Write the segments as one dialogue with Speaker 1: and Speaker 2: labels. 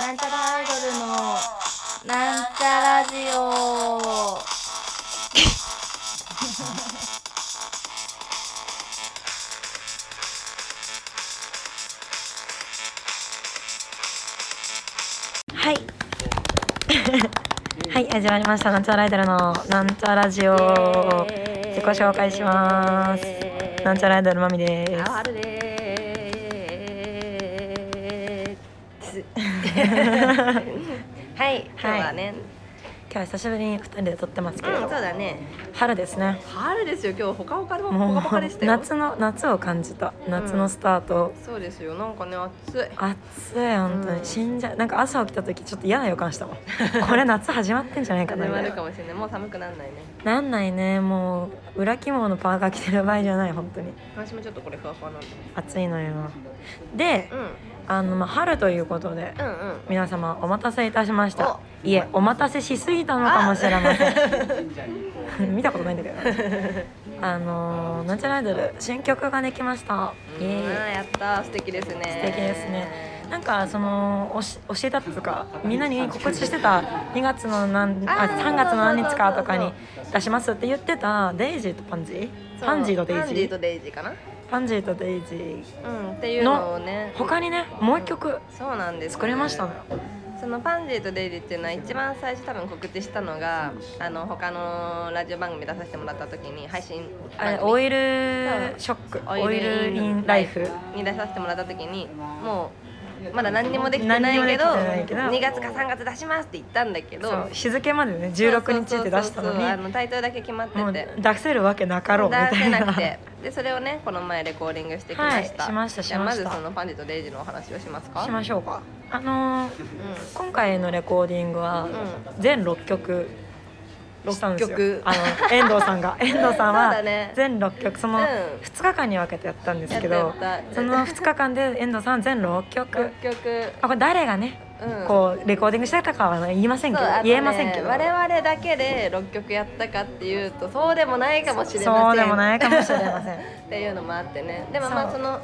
Speaker 1: なんちゃらアイドルのなんちゃラジオ
Speaker 2: はい。 はい、始まりました。なんちゃらアイドルのなんちゃラジオ。自己紹介します。なんちゃらアイドルまみです。
Speaker 1: あるでー すはい今日はね、
Speaker 2: 今日は久しぶりに二人で撮ってますけれ
Speaker 1: う
Speaker 2: ど、
Speaker 1: んそうだね
Speaker 2: 春ですね。
Speaker 1: 春ですよ今日ほかほかでも
Speaker 2: も
Speaker 1: ほ
Speaker 2: う
Speaker 1: かほかでしたよ
Speaker 2: 夏の夏を感じた。夏のスタート。
Speaker 1: そうですよなんかね暑い
Speaker 2: 暑い本当
Speaker 1: うん
Speaker 2: に死んじゃうなんか朝起きた時ちょっと嫌な予感し たもんこれ夏始まってんじゃないかな
Speaker 1: 始
Speaker 2: み
Speaker 1: ま
Speaker 2: た
Speaker 1: る
Speaker 2: いな
Speaker 1: かもしれないもう寒くならないね
Speaker 2: なんないねもう裏起毛のパーカー着てる場合じゃない本当に
Speaker 1: 私もちょっとこれふわふわなんで
Speaker 2: 暑いのよで
Speaker 1: うんうん
Speaker 2: あの、まあ、春ということで
Speaker 1: うん
Speaker 2: 皆様お待たせいたしました
Speaker 1: お
Speaker 2: いえお待たせしすぎたのかもしれません 見たことないんだけどあのーナチュラルドル新曲ができましたイエ
Speaker 1: うん
Speaker 2: ーイ
Speaker 1: やった素敵ですね
Speaker 2: 素敵ですねなんかそのおし教えたっていうかみんなに告知してた2月の何あ
Speaker 1: あー
Speaker 2: 3月の何日かとか
Speaker 1: そう
Speaker 2: に
Speaker 1: そ
Speaker 2: 出しますって言ってたデイジーとパンジー
Speaker 1: そう
Speaker 2: パンジーとデイ
Speaker 1: パン
Speaker 2: ジ
Speaker 1: ジー
Speaker 2: ー
Speaker 1: とデイジーかな
Speaker 2: パンジーとデイジー
Speaker 1: うんっていうのをね
Speaker 2: 他にねもう一曲
Speaker 1: そうなんです
Speaker 2: 作りましたのよ
Speaker 1: そのパンジーとデイリーっていうのは一番最初多分告知したのがあの他のラジオ番組出させてもらった時に配信
Speaker 2: あれ
Speaker 1: 番組
Speaker 2: オイルショックオイルインライフ
Speaker 1: に出させてもらった時にもうまだ何にもできてな
Speaker 2: 何に
Speaker 1: い
Speaker 2: もで
Speaker 1: け
Speaker 2: きて
Speaker 1: ど
Speaker 2: ないけど
Speaker 1: 2月か3月出しますって言ったんだけど
Speaker 2: そう日付までね16日って出し
Speaker 1: そうそう
Speaker 2: たの
Speaker 1: そうそうあ
Speaker 2: に
Speaker 1: のタイトルだけ決まってて
Speaker 2: もう出せるわけなかろうみた
Speaker 1: 出せ
Speaker 2: い
Speaker 1: な
Speaker 2: な
Speaker 1: くてでそれをねこの前レコーディングしてきました、
Speaker 2: はいしました
Speaker 1: じゃあ
Speaker 2: しました
Speaker 1: ずそのパンジーとデイジーのお話をします か
Speaker 2: しましょうかあのー
Speaker 1: う
Speaker 2: 今回のレコーディングは全6曲したんですよ
Speaker 1: 六曲
Speaker 2: あ の遠藤さんが遠藤さん
Speaker 1: そうだ
Speaker 2: は
Speaker 1: ね
Speaker 2: 全6曲その
Speaker 1: うん
Speaker 2: 2日間に分けてやったんですけ
Speaker 1: やっ
Speaker 2: ど
Speaker 1: たやった
Speaker 2: その2日間で遠藤さんは全6
Speaker 1: ん
Speaker 2: 曲
Speaker 1: 楽曲
Speaker 2: あこれ誰がね
Speaker 1: うん
Speaker 2: こうレコーディングしてたかは言いませんけど
Speaker 1: そうあのね
Speaker 2: 言えませんけど
Speaker 1: 我々だけで6曲やったかっていうとそうでもないかもしれません
Speaker 2: そうでもないかもしれませ ん
Speaker 1: っていうのもあってねでもまあ
Speaker 2: そ
Speaker 1: そうのう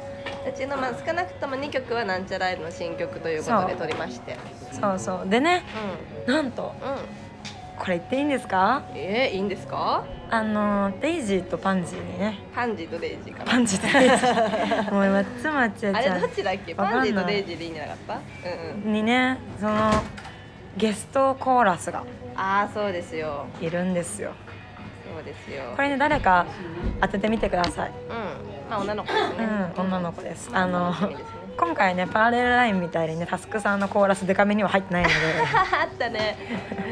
Speaker 1: ちのまあ少なくとも2曲はなんちゃらアイドルの新曲ということで撮りまして
Speaker 2: そうそうでね
Speaker 1: う
Speaker 2: なんと
Speaker 1: んうん
Speaker 2: これ言っていいんですか
Speaker 1: えー、いいんですか
Speaker 2: あのデイジーとパンジーにね
Speaker 1: パンジーとデイジーか
Speaker 2: パンジーとデイジーもうまっつまっちゃ
Speaker 1: なあ
Speaker 2: ちゃ
Speaker 1: れ
Speaker 2: ん
Speaker 1: どっちだっけ
Speaker 2: わかん
Speaker 1: パ
Speaker 2: な
Speaker 1: ン
Speaker 2: い
Speaker 1: ジーとデイジーでいいんじゃなかったうんうん
Speaker 2: にねそのゲストコーラスが
Speaker 1: ああそうですよ
Speaker 2: いるんですよ
Speaker 1: そうですよ
Speaker 2: これね誰か当ててみてください
Speaker 1: うんまあ女の子です
Speaker 2: う
Speaker 1: ね
Speaker 2: ん女の子ですあの
Speaker 1: 楽しみですね
Speaker 2: 今回ねパラレルラインみたいにねタスクさんのコーラスデカめには入ってないので
Speaker 1: あったね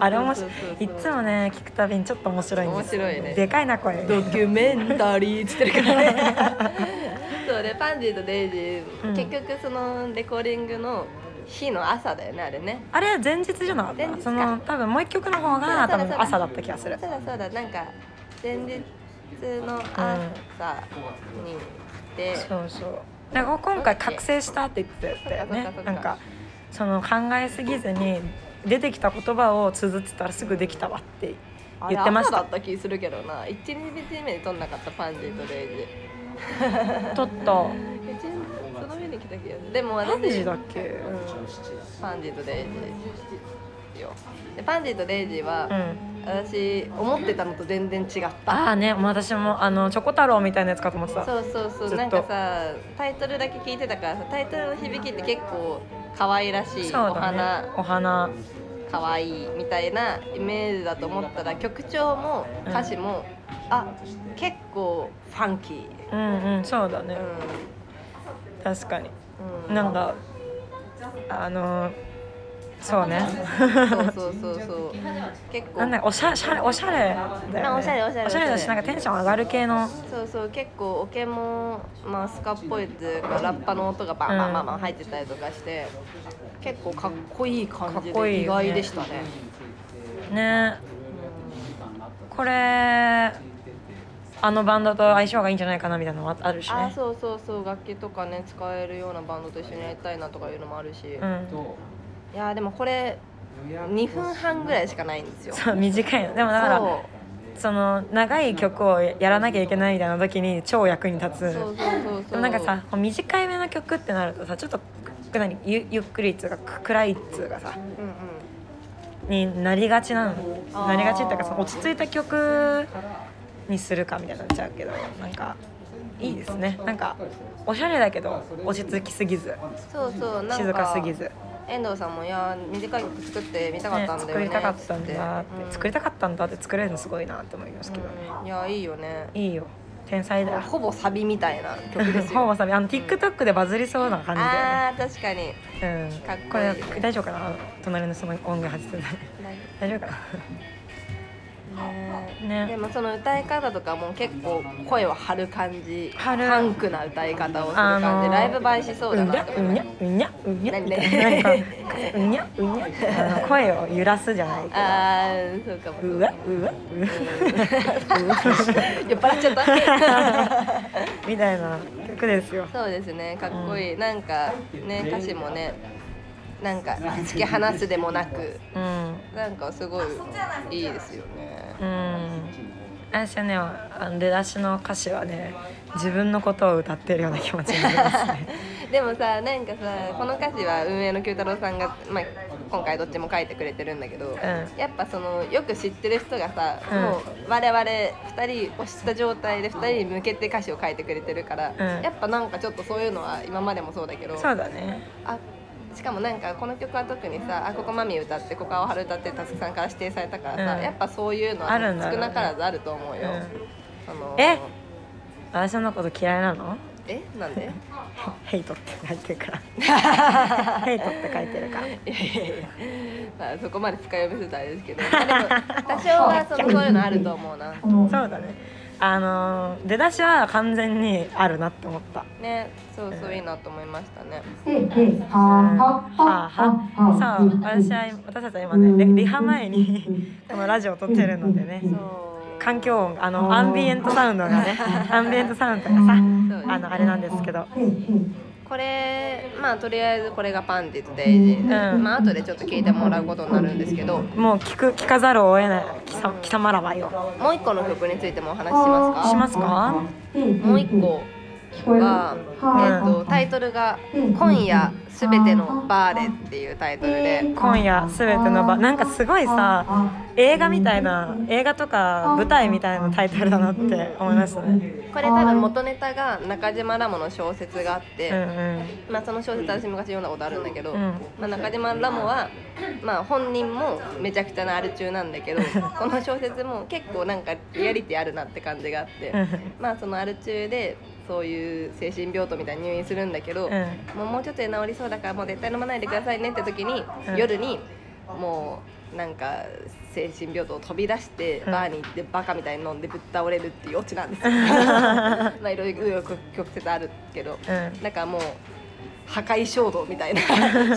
Speaker 2: あれ面
Speaker 1: そ
Speaker 2: 白
Speaker 1: うそうそうそ
Speaker 2: いういつもね聞くたびにちょっと面白いんですよ
Speaker 1: 面白いね
Speaker 2: でかいなこれ
Speaker 1: ドキュメンタリーっつってるからね そうでパンジーとデイジー、
Speaker 2: うん
Speaker 1: 結局そのレコーディングの日の朝だよねあれね
Speaker 2: あれ前日じゃなかっ
Speaker 1: 前日か
Speaker 2: たその多分もう一曲の方が
Speaker 1: そうだそう
Speaker 2: 多
Speaker 1: だ
Speaker 2: 分朝だった気がす
Speaker 1: そう
Speaker 2: る
Speaker 1: だそうだなんか前日の朝に来て、
Speaker 2: そうそうだから今回覚醒したって言ってたよ
Speaker 1: そ
Speaker 2: ね
Speaker 1: っかそっかそっか
Speaker 2: なんかその考えすぎずに出てきた言葉を綴ってたらすぐできたわって
Speaker 1: あれ
Speaker 2: 言ってまし
Speaker 1: 朝だ
Speaker 2: た
Speaker 1: った気するけどな1日目に撮んなかったパンジーとデイジー
Speaker 2: ちょっと
Speaker 1: 一日その日に来た気がするでも私
Speaker 2: 何時だっけ
Speaker 1: うんパンジーとデイジーよでパンジーとデイジーは、
Speaker 2: うん
Speaker 1: 私思ってたのと全然違った
Speaker 2: ああねもう私もあのチョコ太郎みたいなやつかと思ってた
Speaker 1: そうそうそう
Speaker 2: ずっと
Speaker 1: なんかさタイトルだけ聞いてたからさタイトルの響きって結構可愛らしい、お
Speaker 2: そうだね
Speaker 1: 花
Speaker 2: お花
Speaker 1: 可愛いみたいなイメージだと思ったら曲調も
Speaker 2: うん
Speaker 1: 歌詞も、あ結構ファンキー、
Speaker 2: うんうんそうだね
Speaker 1: う
Speaker 2: 確かに
Speaker 1: んう
Speaker 2: なんかあのそうね
Speaker 1: そうそうそうそう結構
Speaker 2: なんだおしゃしゃれおしゃれだよ、ね
Speaker 1: まあおしゃれおしゃれ
Speaker 2: おしゃれだしなんかテンション上がる系の
Speaker 1: そうそう結構オケも、まあ、スカっぽいっていうかラッパの音がバンバンバンバン入ってたりとかして、結構かっこいい感じ
Speaker 2: かっこい
Speaker 1: で
Speaker 2: い
Speaker 1: 意
Speaker 2: よね
Speaker 1: 外でしたね
Speaker 2: ねこれあのバンドと相性がいいんじゃないかなみたいなのもあるし
Speaker 1: あ
Speaker 2: ね
Speaker 1: そうそうそう楽器とかね使えるようなバンドと一緒にやりたいなとかいうのもあるし、
Speaker 2: う
Speaker 1: い
Speaker 2: ん
Speaker 1: やーでもこれ2分半ぐらいしかないんですよ
Speaker 2: そう短いのでもだから
Speaker 1: そう
Speaker 2: その長い曲をやらなきゃいけないみたいな時に超役に立つ
Speaker 1: そうそうそう
Speaker 2: で
Speaker 1: そう
Speaker 2: もなんかさこう短いめの曲ってなるとさちょっと何ゆゆっくりっつうかく暗いっつうかさ
Speaker 1: うんうん
Speaker 2: になりがちなの
Speaker 1: あー
Speaker 2: なりがちっていうかその落ち着いた曲にするかみたいになっちゃうけどなんかいいですねなんかおしゃれだけど落ち着きすぎず
Speaker 1: そうそうなんか
Speaker 2: 静かすぎず、
Speaker 1: 遠藤さんも「いや短い曲作ってみたかっ
Speaker 2: ね
Speaker 1: たんだよ
Speaker 2: 作
Speaker 1: ね」
Speaker 2: りたかったんだっ
Speaker 1: つ
Speaker 2: て作りたかったんだって作れるのすごいなって思いますけどね
Speaker 1: うんいやいいよね
Speaker 2: いいよ天才だ
Speaker 1: ほぼサビみたいな曲です
Speaker 2: ほぼ
Speaker 1: よ
Speaker 2: さあの TikTok でバズりそうな感じだよね
Speaker 1: あー確かに
Speaker 2: うん、
Speaker 1: かっこいい
Speaker 2: これ大丈夫かな隣のその音楽外して ない大丈夫かな
Speaker 1: ね
Speaker 2: ね
Speaker 1: でもその歌い方とかも結構声を張る感じ
Speaker 2: 張る
Speaker 1: パンクな歌い方をする感じ、
Speaker 2: あのー
Speaker 1: ライブ映えしそうだなって
Speaker 2: う
Speaker 1: 思い
Speaker 2: に
Speaker 1: ます
Speaker 2: ゃうにゃうにゃう
Speaker 1: 何
Speaker 2: にゃみたいな
Speaker 1: 何
Speaker 2: なんかうにゃうにゃあの声を揺らすじゃないけ
Speaker 1: あーそうかも
Speaker 2: ど
Speaker 1: そうう
Speaker 2: わ
Speaker 1: かも
Speaker 2: うわうわ
Speaker 1: 酔っ払っちゃ った
Speaker 2: みたいな曲ですよ
Speaker 1: そうですねかっこいい、なんかね歌詞もねなんか突き放すでもなく
Speaker 2: うん
Speaker 1: なんかすごいいいですよね
Speaker 2: うん私はねあの出だしの歌詞はね自分のことを歌ってるような気持ちになりますね
Speaker 1: でもさなんかさこの歌詞は運営の九太郎さんが、まあ、今回どっちも書いてくれてるんだけど、
Speaker 2: ん
Speaker 1: やっぱそのよく知ってる人がさ、
Speaker 2: うん
Speaker 1: もう我々2人を知った状態で2人に向けて歌詞を書いてくれてるから、
Speaker 2: うん
Speaker 1: やっぱなんかちょっとそういうのは今までもそうだけど
Speaker 2: そうだね
Speaker 1: あしかもなんかこの曲は特にさ「あここマミ歌ってここ青春歌って」たすきさんから指定されたからさ、
Speaker 2: うん
Speaker 1: やっぱそういうのは
Speaker 2: あるんだろうね
Speaker 1: 少なからずあると思うよ。その
Speaker 2: え私のこと嫌いなの
Speaker 1: えなんで
Speaker 2: ヘイトって書いてる からヘイトって書いてるから
Speaker 1: いやいやいや、まあ、そこまで深読みするとあれですけ ど、まあでも多少はそのそういうのあると思うな。
Speaker 2: そうだねあのー出だしは完全にあるなって思った
Speaker 1: ね、そうそういいなと思いましたね。
Speaker 2: はあはさあ私は私たちは今ねリリハ前にこのラジオを撮ってるのでね
Speaker 1: そう
Speaker 2: 環境音あのアンビエントサウンドがねアンビエントサウンドがさ
Speaker 1: そうです
Speaker 2: あのあれなんですけど
Speaker 1: これまあとりあえずこれがパンディとデイジーで、
Speaker 2: うん
Speaker 1: まあ後でちょっと聞いてもらうことになるんですけど
Speaker 2: もう聞く聞かざるを得ない貴様貴様らはよ
Speaker 1: もう一個の曲についてもお話ししますか
Speaker 2: しますか
Speaker 1: もう一個は、えー、とタイトルが「今夜すべてのバーレ」っていうタイトルで
Speaker 2: 今夜すべての場なんかすごいさ映画みたいな映画とか舞台みたいなタイトルだなって思いましたね
Speaker 1: これ多分元ネタが中島ラモの小説があっ
Speaker 2: うん
Speaker 1: て、まあ、その小説私昔読んだことあるんだけど、
Speaker 2: うんうん
Speaker 1: まあ、中島ラモは、まあ、本人もめちゃくちゃなあれ中なんだけどこの小説も結構なんかリアリティあるなって感じがあって、
Speaker 2: う
Speaker 1: まあそのアル中でそういう精神病棟みたいに入院するんだけど、
Speaker 2: ん
Speaker 1: もうもうちょっとで治りそうだからもう絶対飲まないでくださいねって時に、
Speaker 2: うん
Speaker 1: 夜にもうなんか精神病棟を飛び出して
Speaker 2: うん
Speaker 1: バーに行ってバカみたいに飲んでぶっ倒れるっていうオチなん ですよ。まあいろいろ曲折あるけど
Speaker 2: うんうん
Speaker 1: なんかもう破壊衝動みたい な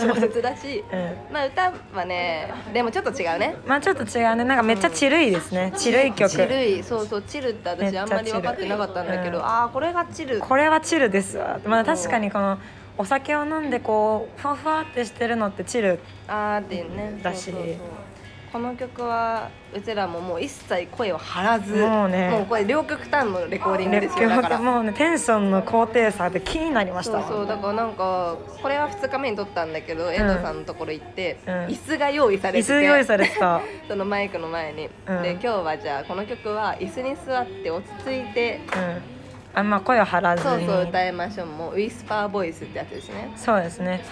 Speaker 1: 小説だし。
Speaker 2: うん
Speaker 1: まあ歌はねでもちょっと違うね
Speaker 2: まあちょっと違うねなんかめっちゃチルいですね、チルい曲
Speaker 1: チルいそうそうチルって
Speaker 2: め
Speaker 1: 私
Speaker 2: っちゃ
Speaker 1: あんまり分かってなかったんだけど、
Speaker 2: チルうん
Speaker 1: ああこれがチル
Speaker 2: これはチルですわまあ確かにこのお酒を飲んでこうふわふわってしてるのってチル
Speaker 1: あーっていうね
Speaker 2: だ
Speaker 1: そ
Speaker 2: し
Speaker 1: うそうそうこの曲はうちらももう一切声を張らず
Speaker 2: もうね
Speaker 1: もうこれ両極端のレコーディング
Speaker 2: レ
Speaker 1: ですよだから
Speaker 2: もうねテンションの高低差で気になりまし
Speaker 1: そ
Speaker 2: た
Speaker 1: うそうだからなんかこれは2日目に撮ったんだけど遠藤さんのところ行って、
Speaker 2: うん
Speaker 1: 椅子が用意され
Speaker 2: 椅
Speaker 1: てて
Speaker 2: 子用意されてた
Speaker 1: そのマイクの前に、
Speaker 2: うん
Speaker 1: で今日はじゃあこの曲は椅子に座って落ち着いて
Speaker 2: うんあんま声を張らず
Speaker 1: そう
Speaker 2: に
Speaker 1: そう歌いましょうもうウィスパーボイスってやつですね
Speaker 2: そうですね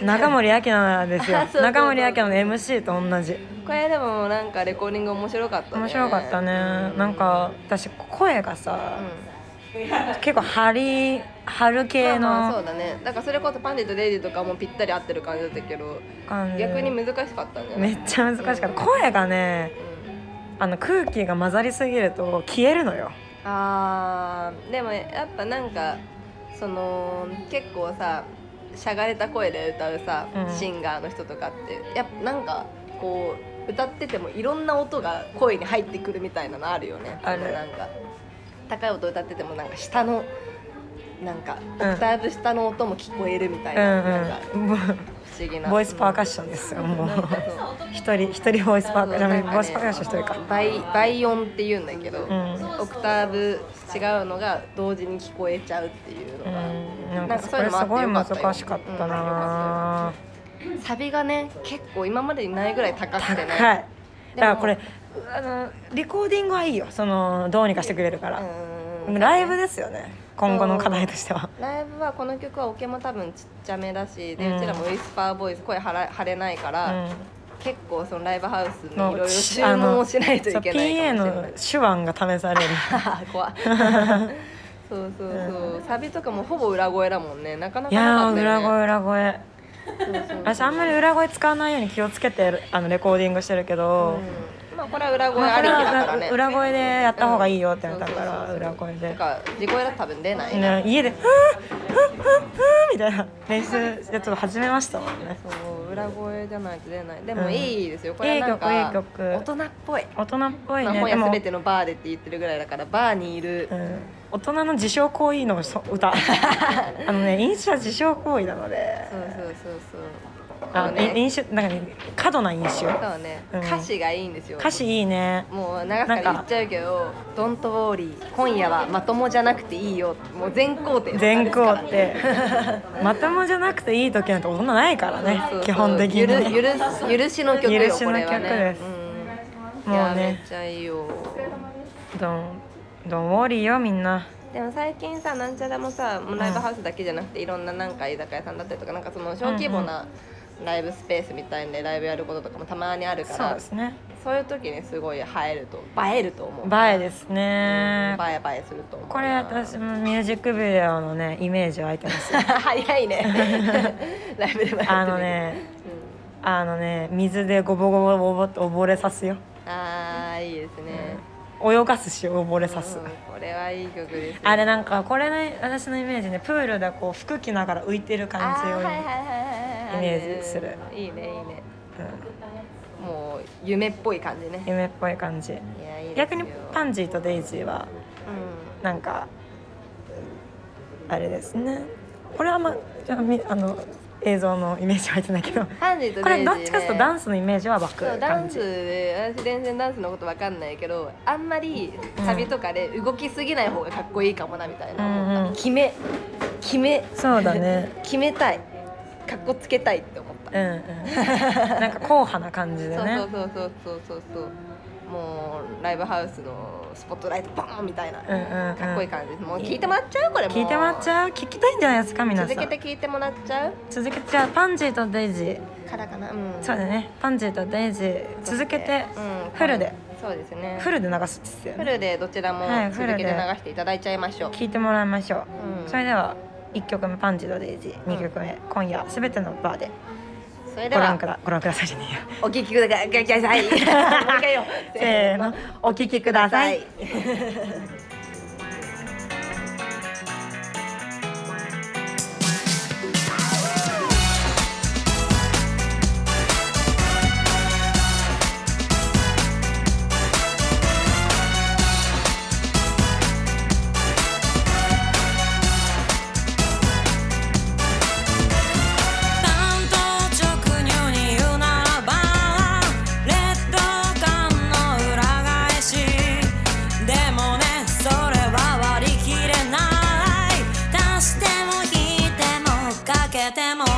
Speaker 2: 中森明菜です よ
Speaker 1: あそうそうそう
Speaker 2: 中森明菜の MC と同じ
Speaker 1: これでもなんかレコーディング面白かったね
Speaker 2: 面白かったね
Speaker 1: うん
Speaker 2: なんか私声がさ、
Speaker 1: うん
Speaker 2: 結構張り張る系
Speaker 1: まあまあそ
Speaker 2: の
Speaker 1: うだねだからそれこそパンディとレイジとかもぴったり合ってる感じだったけど
Speaker 2: 感じ
Speaker 1: 逆に難しかったんじゃない
Speaker 2: めっちゃ難しかった声がね
Speaker 1: うん
Speaker 2: あの空気が混ざりすぎると消えるのよ
Speaker 1: あーでもやっぱなんかその結構さしゃがれた声で歌うさ、
Speaker 2: うん
Speaker 1: シンガーの人とかってやっぱなんかこう歌っててもいろんな音が声に入ってくるみたいなのあるよね
Speaker 2: ある
Speaker 1: そのなんか高い音歌っててもなんか下のなんかオクターブ下の音も聞こえるみたいな,、なんか
Speaker 2: うんうんもう
Speaker 1: 思議な
Speaker 2: ボイスパーカッションですよもう
Speaker 1: なんかそう
Speaker 2: 一人一人ボイスパーカッシ
Speaker 1: なんか
Speaker 2: ョン
Speaker 1: ね
Speaker 2: ボイスパーカッション一人か
Speaker 1: 倍倍音って言うんだけど、
Speaker 2: ん
Speaker 1: オクターブ違うのが同時に聞こえちゃうっていうの
Speaker 2: う
Speaker 1: が、
Speaker 2: んなんかそれすごい難しかったな
Speaker 1: サビがね結構今までにないぐらい高く
Speaker 2: 高
Speaker 1: て
Speaker 2: い
Speaker 1: ね
Speaker 2: だからこれあのレコーディングはいいよそのどうにかしてくれるから、
Speaker 1: う
Speaker 2: で
Speaker 1: ん
Speaker 2: もライブですよね今後の課題としては
Speaker 1: ライブはこの曲はオケも多分ちっちゃめだしで、
Speaker 2: う
Speaker 1: うんちらもウィスパーボイス声張ら張れないか
Speaker 2: う
Speaker 1: ら、
Speaker 2: ん
Speaker 1: 結構そのライブハウスにい
Speaker 2: の
Speaker 1: ろいろ注
Speaker 2: あ
Speaker 1: 文
Speaker 2: の
Speaker 1: をしないといけないかもしれ
Speaker 2: そう PA の
Speaker 1: ない。
Speaker 2: 手腕が試される
Speaker 1: 怖いそうそうそう、サビとかもほぼ裏声だもんねなかないかな
Speaker 2: や
Speaker 1: か
Speaker 2: ー
Speaker 1: った
Speaker 2: 裏
Speaker 1: よね
Speaker 2: 声裏声
Speaker 1: そうそう
Speaker 2: 私あんまり裏声使わないように気をつけてあのレコーディングしてるけど、
Speaker 1: うんまあこれは裏声
Speaker 2: ま
Speaker 1: あ
Speaker 2: あこ
Speaker 1: り
Speaker 2: れ
Speaker 1: き
Speaker 2: は
Speaker 1: だからね
Speaker 2: 裏声でやった方がいいよっ
Speaker 1: そ
Speaker 2: てな
Speaker 1: う
Speaker 2: っ
Speaker 1: そう
Speaker 2: た
Speaker 1: そう
Speaker 2: から裏声
Speaker 1: なん
Speaker 2: で、
Speaker 1: か自声だと多分出ないな
Speaker 2: ね、家で「ふーふーふーふー」みたいな練習やつを始めましたもんね
Speaker 1: そう裏声じゃないと出ないで
Speaker 2: う
Speaker 1: も
Speaker 2: ん
Speaker 1: いいですよこれはなん
Speaker 2: いい曲いい
Speaker 1: か
Speaker 2: 曲
Speaker 1: 大人っぽい
Speaker 2: 大人っぽい
Speaker 1: まあ
Speaker 2: ね
Speaker 1: 本
Speaker 2: で
Speaker 1: 屋
Speaker 2: も
Speaker 1: すべてのバーでって言ってるぐらいだからバーにいる
Speaker 2: うん大人の自傷行為のそ歌あのね飲酒は自傷行為なので
Speaker 1: そうそうそうそう
Speaker 2: あ
Speaker 1: そうね
Speaker 2: 飲酒なんかね過度な飲酒
Speaker 1: そうね
Speaker 2: うん
Speaker 1: 歌詞がいいんですよ
Speaker 2: 歌詞いいね
Speaker 1: もう長くから言っちゃうけど「ドントウォーリー今夜はまともじゃなくていいよ」もう全肯定
Speaker 2: 全校ってまともじゃなくていい時なんて大人ないからね
Speaker 1: そうそう
Speaker 2: 基本的に
Speaker 1: ゆるゆる許しの曲よ
Speaker 2: 許しの曲
Speaker 1: これはね
Speaker 2: です
Speaker 1: うん、い
Speaker 2: もうね
Speaker 1: やめっちゃいいよ
Speaker 2: どんどんウォーリーよみんな
Speaker 1: でも最近さなんちゃらもさもうライブハウスだけじゃなくていろんななんか居酒屋さんだったりとかなんかその小規模なライブスペースみたいんでライブやることとかもたまにあるか
Speaker 2: そう
Speaker 1: ら
Speaker 2: ですね
Speaker 1: そういう時にすごい映えると映えると思う
Speaker 2: 映えですね
Speaker 1: バイバイすると思うな
Speaker 2: これ私もミュージックビデオのねイメージ湧いてま す
Speaker 1: 早いね ライブでもやってるけど
Speaker 2: あのね
Speaker 1: う
Speaker 2: あのね水でゴボゴボゴボって溺れさすよ
Speaker 1: んああいいですね、
Speaker 2: 泳がすし溺れさす、
Speaker 1: うんこれはいい曲ですよ
Speaker 2: あれなんかこれね私のイメージねプールでこう服着ながら浮いてる
Speaker 1: あー
Speaker 2: 感じを、
Speaker 1: はいはいはいはい
Speaker 2: イメージする
Speaker 1: うんいいねいいね
Speaker 2: うん
Speaker 1: もう夢っぽい感じね
Speaker 2: 夢っぽい感じ
Speaker 1: いやいいですよ
Speaker 2: 逆にパンジーとデイジーは
Speaker 1: う
Speaker 2: なんかあれですねこれはあんまじゃあみあの映像のイメージは入ってないけど
Speaker 1: んハンジーとデイジー、ね、
Speaker 2: これどっちかというとダン
Speaker 1: ス
Speaker 2: スのイメージは湧く
Speaker 1: そうダ
Speaker 2: 感
Speaker 1: ンス
Speaker 2: じ
Speaker 1: で私全然ダンスのことわかんないけどあんまりサビとかで動きすぎない方がかっこいいかもなみたいな思った、
Speaker 2: うんうん
Speaker 1: 決め決め
Speaker 2: そうだね
Speaker 1: 決めたいかっこつけたいって思った
Speaker 2: うんうんなんか硬派な感じでね
Speaker 1: そうそうそうそうそうそうそうもうライブハウスのスポットライトボーンみたいな、
Speaker 2: うんうんうん
Speaker 1: かっこいい感じですもう聞いてもらっちゃうこれもう
Speaker 2: 聞いてもらっちゃう聞きたいんじゃないですか皆さん
Speaker 1: 続けて聞いてもらっちゃう
Speaker 2: 続けてじゃあパンジーとデイジー
Speaker 1: からかなうん
Speaker 2: そうだねパンジーとデイジー続けて
Speaker 1: うん
Speaker 2: フルで
Speaker 1: そうですね
Speaker 2: フルで流すっつって
Speaker 1: フ
Speaker 2: ね
Speaker 1: ルでどちらも
Speaker 2: はいフ
Speaker 1: 続
Speaker 2: ル
Speaker 1: け
Speaker 2: で
Speaker 1: て流していただいちゃいましょう、
Speaker 2: 聞いてもらいましょ
Speaker 1: う
Speaker 2: うんそれでは1曲目「パンジーとデイジー」2曲目「今夜すべてのバーで
Speaker 1: それ」で
Speaker 2: ご覧
Speaker 1: は
Speaker 2: くだご覧くださいじゃねえや
Speaker 1: お聞きくだ さいもう一回よ
Speaker 2: せー のお聴きください
Speaker 3: 単刀直入に言うならば劣等感の裏返しでもねそれは割り切れない足しても引いてもかけても